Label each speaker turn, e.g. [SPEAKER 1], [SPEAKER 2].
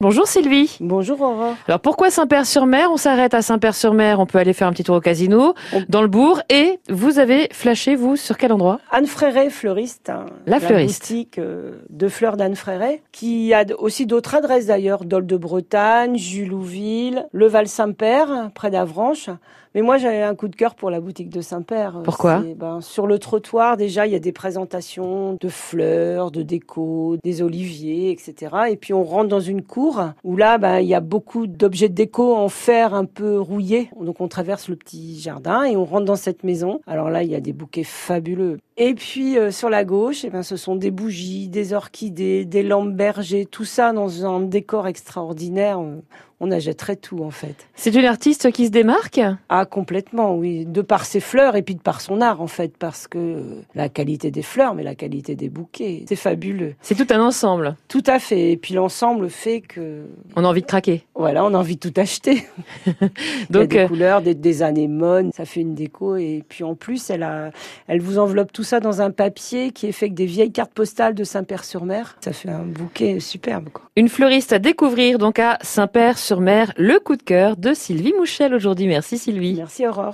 [SPEAKER 1] Bonjour Sylvie.
[SPEAKER 2] Bonjour Aurore.
[SPEAKER 1] Alors pourquoi Saint-Père-sur-Mer On s'arrête à Saint-Père-sur-Mer, on peut aller faire un petit tour au casino,
[SPEAKER 2] On-
[SPEAKER 1] dans le bourg. Et vous avez flashé, vous, sur quel endroit
[SPEAKER 2] Anne Fréret, fleuriste. hein,
[SPEAKER 1] La fleuriste.
[SPEAKER 2] boutique, euh, de fleurs d'Anne Fréret, qui a d- aussi d'autres adresses d'ailleurs, Dole de Bretagne, Julouville, Le Val-Saint-Père, près d'Avranches. Mais moi, j'avais un coup de cœur pour la boutique de Saint-Père. Euh,
[SPEAKER 1] Pourquoi
[SPEAKER 2] c'est, ben, Sur le trottoir, déjà, il y a des présentations de fleurs, de déco, des oliviers, etc. Et puis, on rentre dans une cour où là, ben, il y a beaucoup d'objets de déco en fer un peu rouillés. Donc, on traverse le petit jardin et on rentre dans cette maison. Alors là, il y a des bouquets fabuleux. Et puis, euh, sur la gauche, eh ben, ce sont des bougies, des orchidées, des lampes bergers, tout ça dans un décor extraordinaire. On, on achèterait tout, en fait.
[SPEAKER 1] C'est une artiste qui se démarque
[SPEAKER 2] Ah, complètement, oui. De par ses fleurs et puis de par son art, en fait, parce que euh, la qualité des fleurs, mais la qualité des bouquets, c'est fabuleux.
[SPEAKER 1] C'est tout un ensemble.
[SPEAKER 2] Tout à fait. Et puis l'ensemble fait que,
[SPEAKER 1] On a envie de craquer.
[SPEAKER 2] voilà, on a envie de tout acheter.
[SPEAKER 1] Donc,
[SPEAKER 2] Il y a
[SPEAKER 1] euh,
[SPEAKER 2] des couleurs, des, des anémones, ça fait une déco. Et puis en plus, elle, a, elle vous enveloppe tout ça dans un papier qui est fait avec des vieilles cartes postales de Saint-Père-sur-Mer. Ça fait un bouquet superbe, quoi.
[SPEAKER 1] une fleuriste à découvrir donc à Saint-Père-sur-Mer, le coup de cœur de Sylvie Mouchel aujourd'hui. Merci Sylvie.
[SPEAKER 2] Merci, Aurore.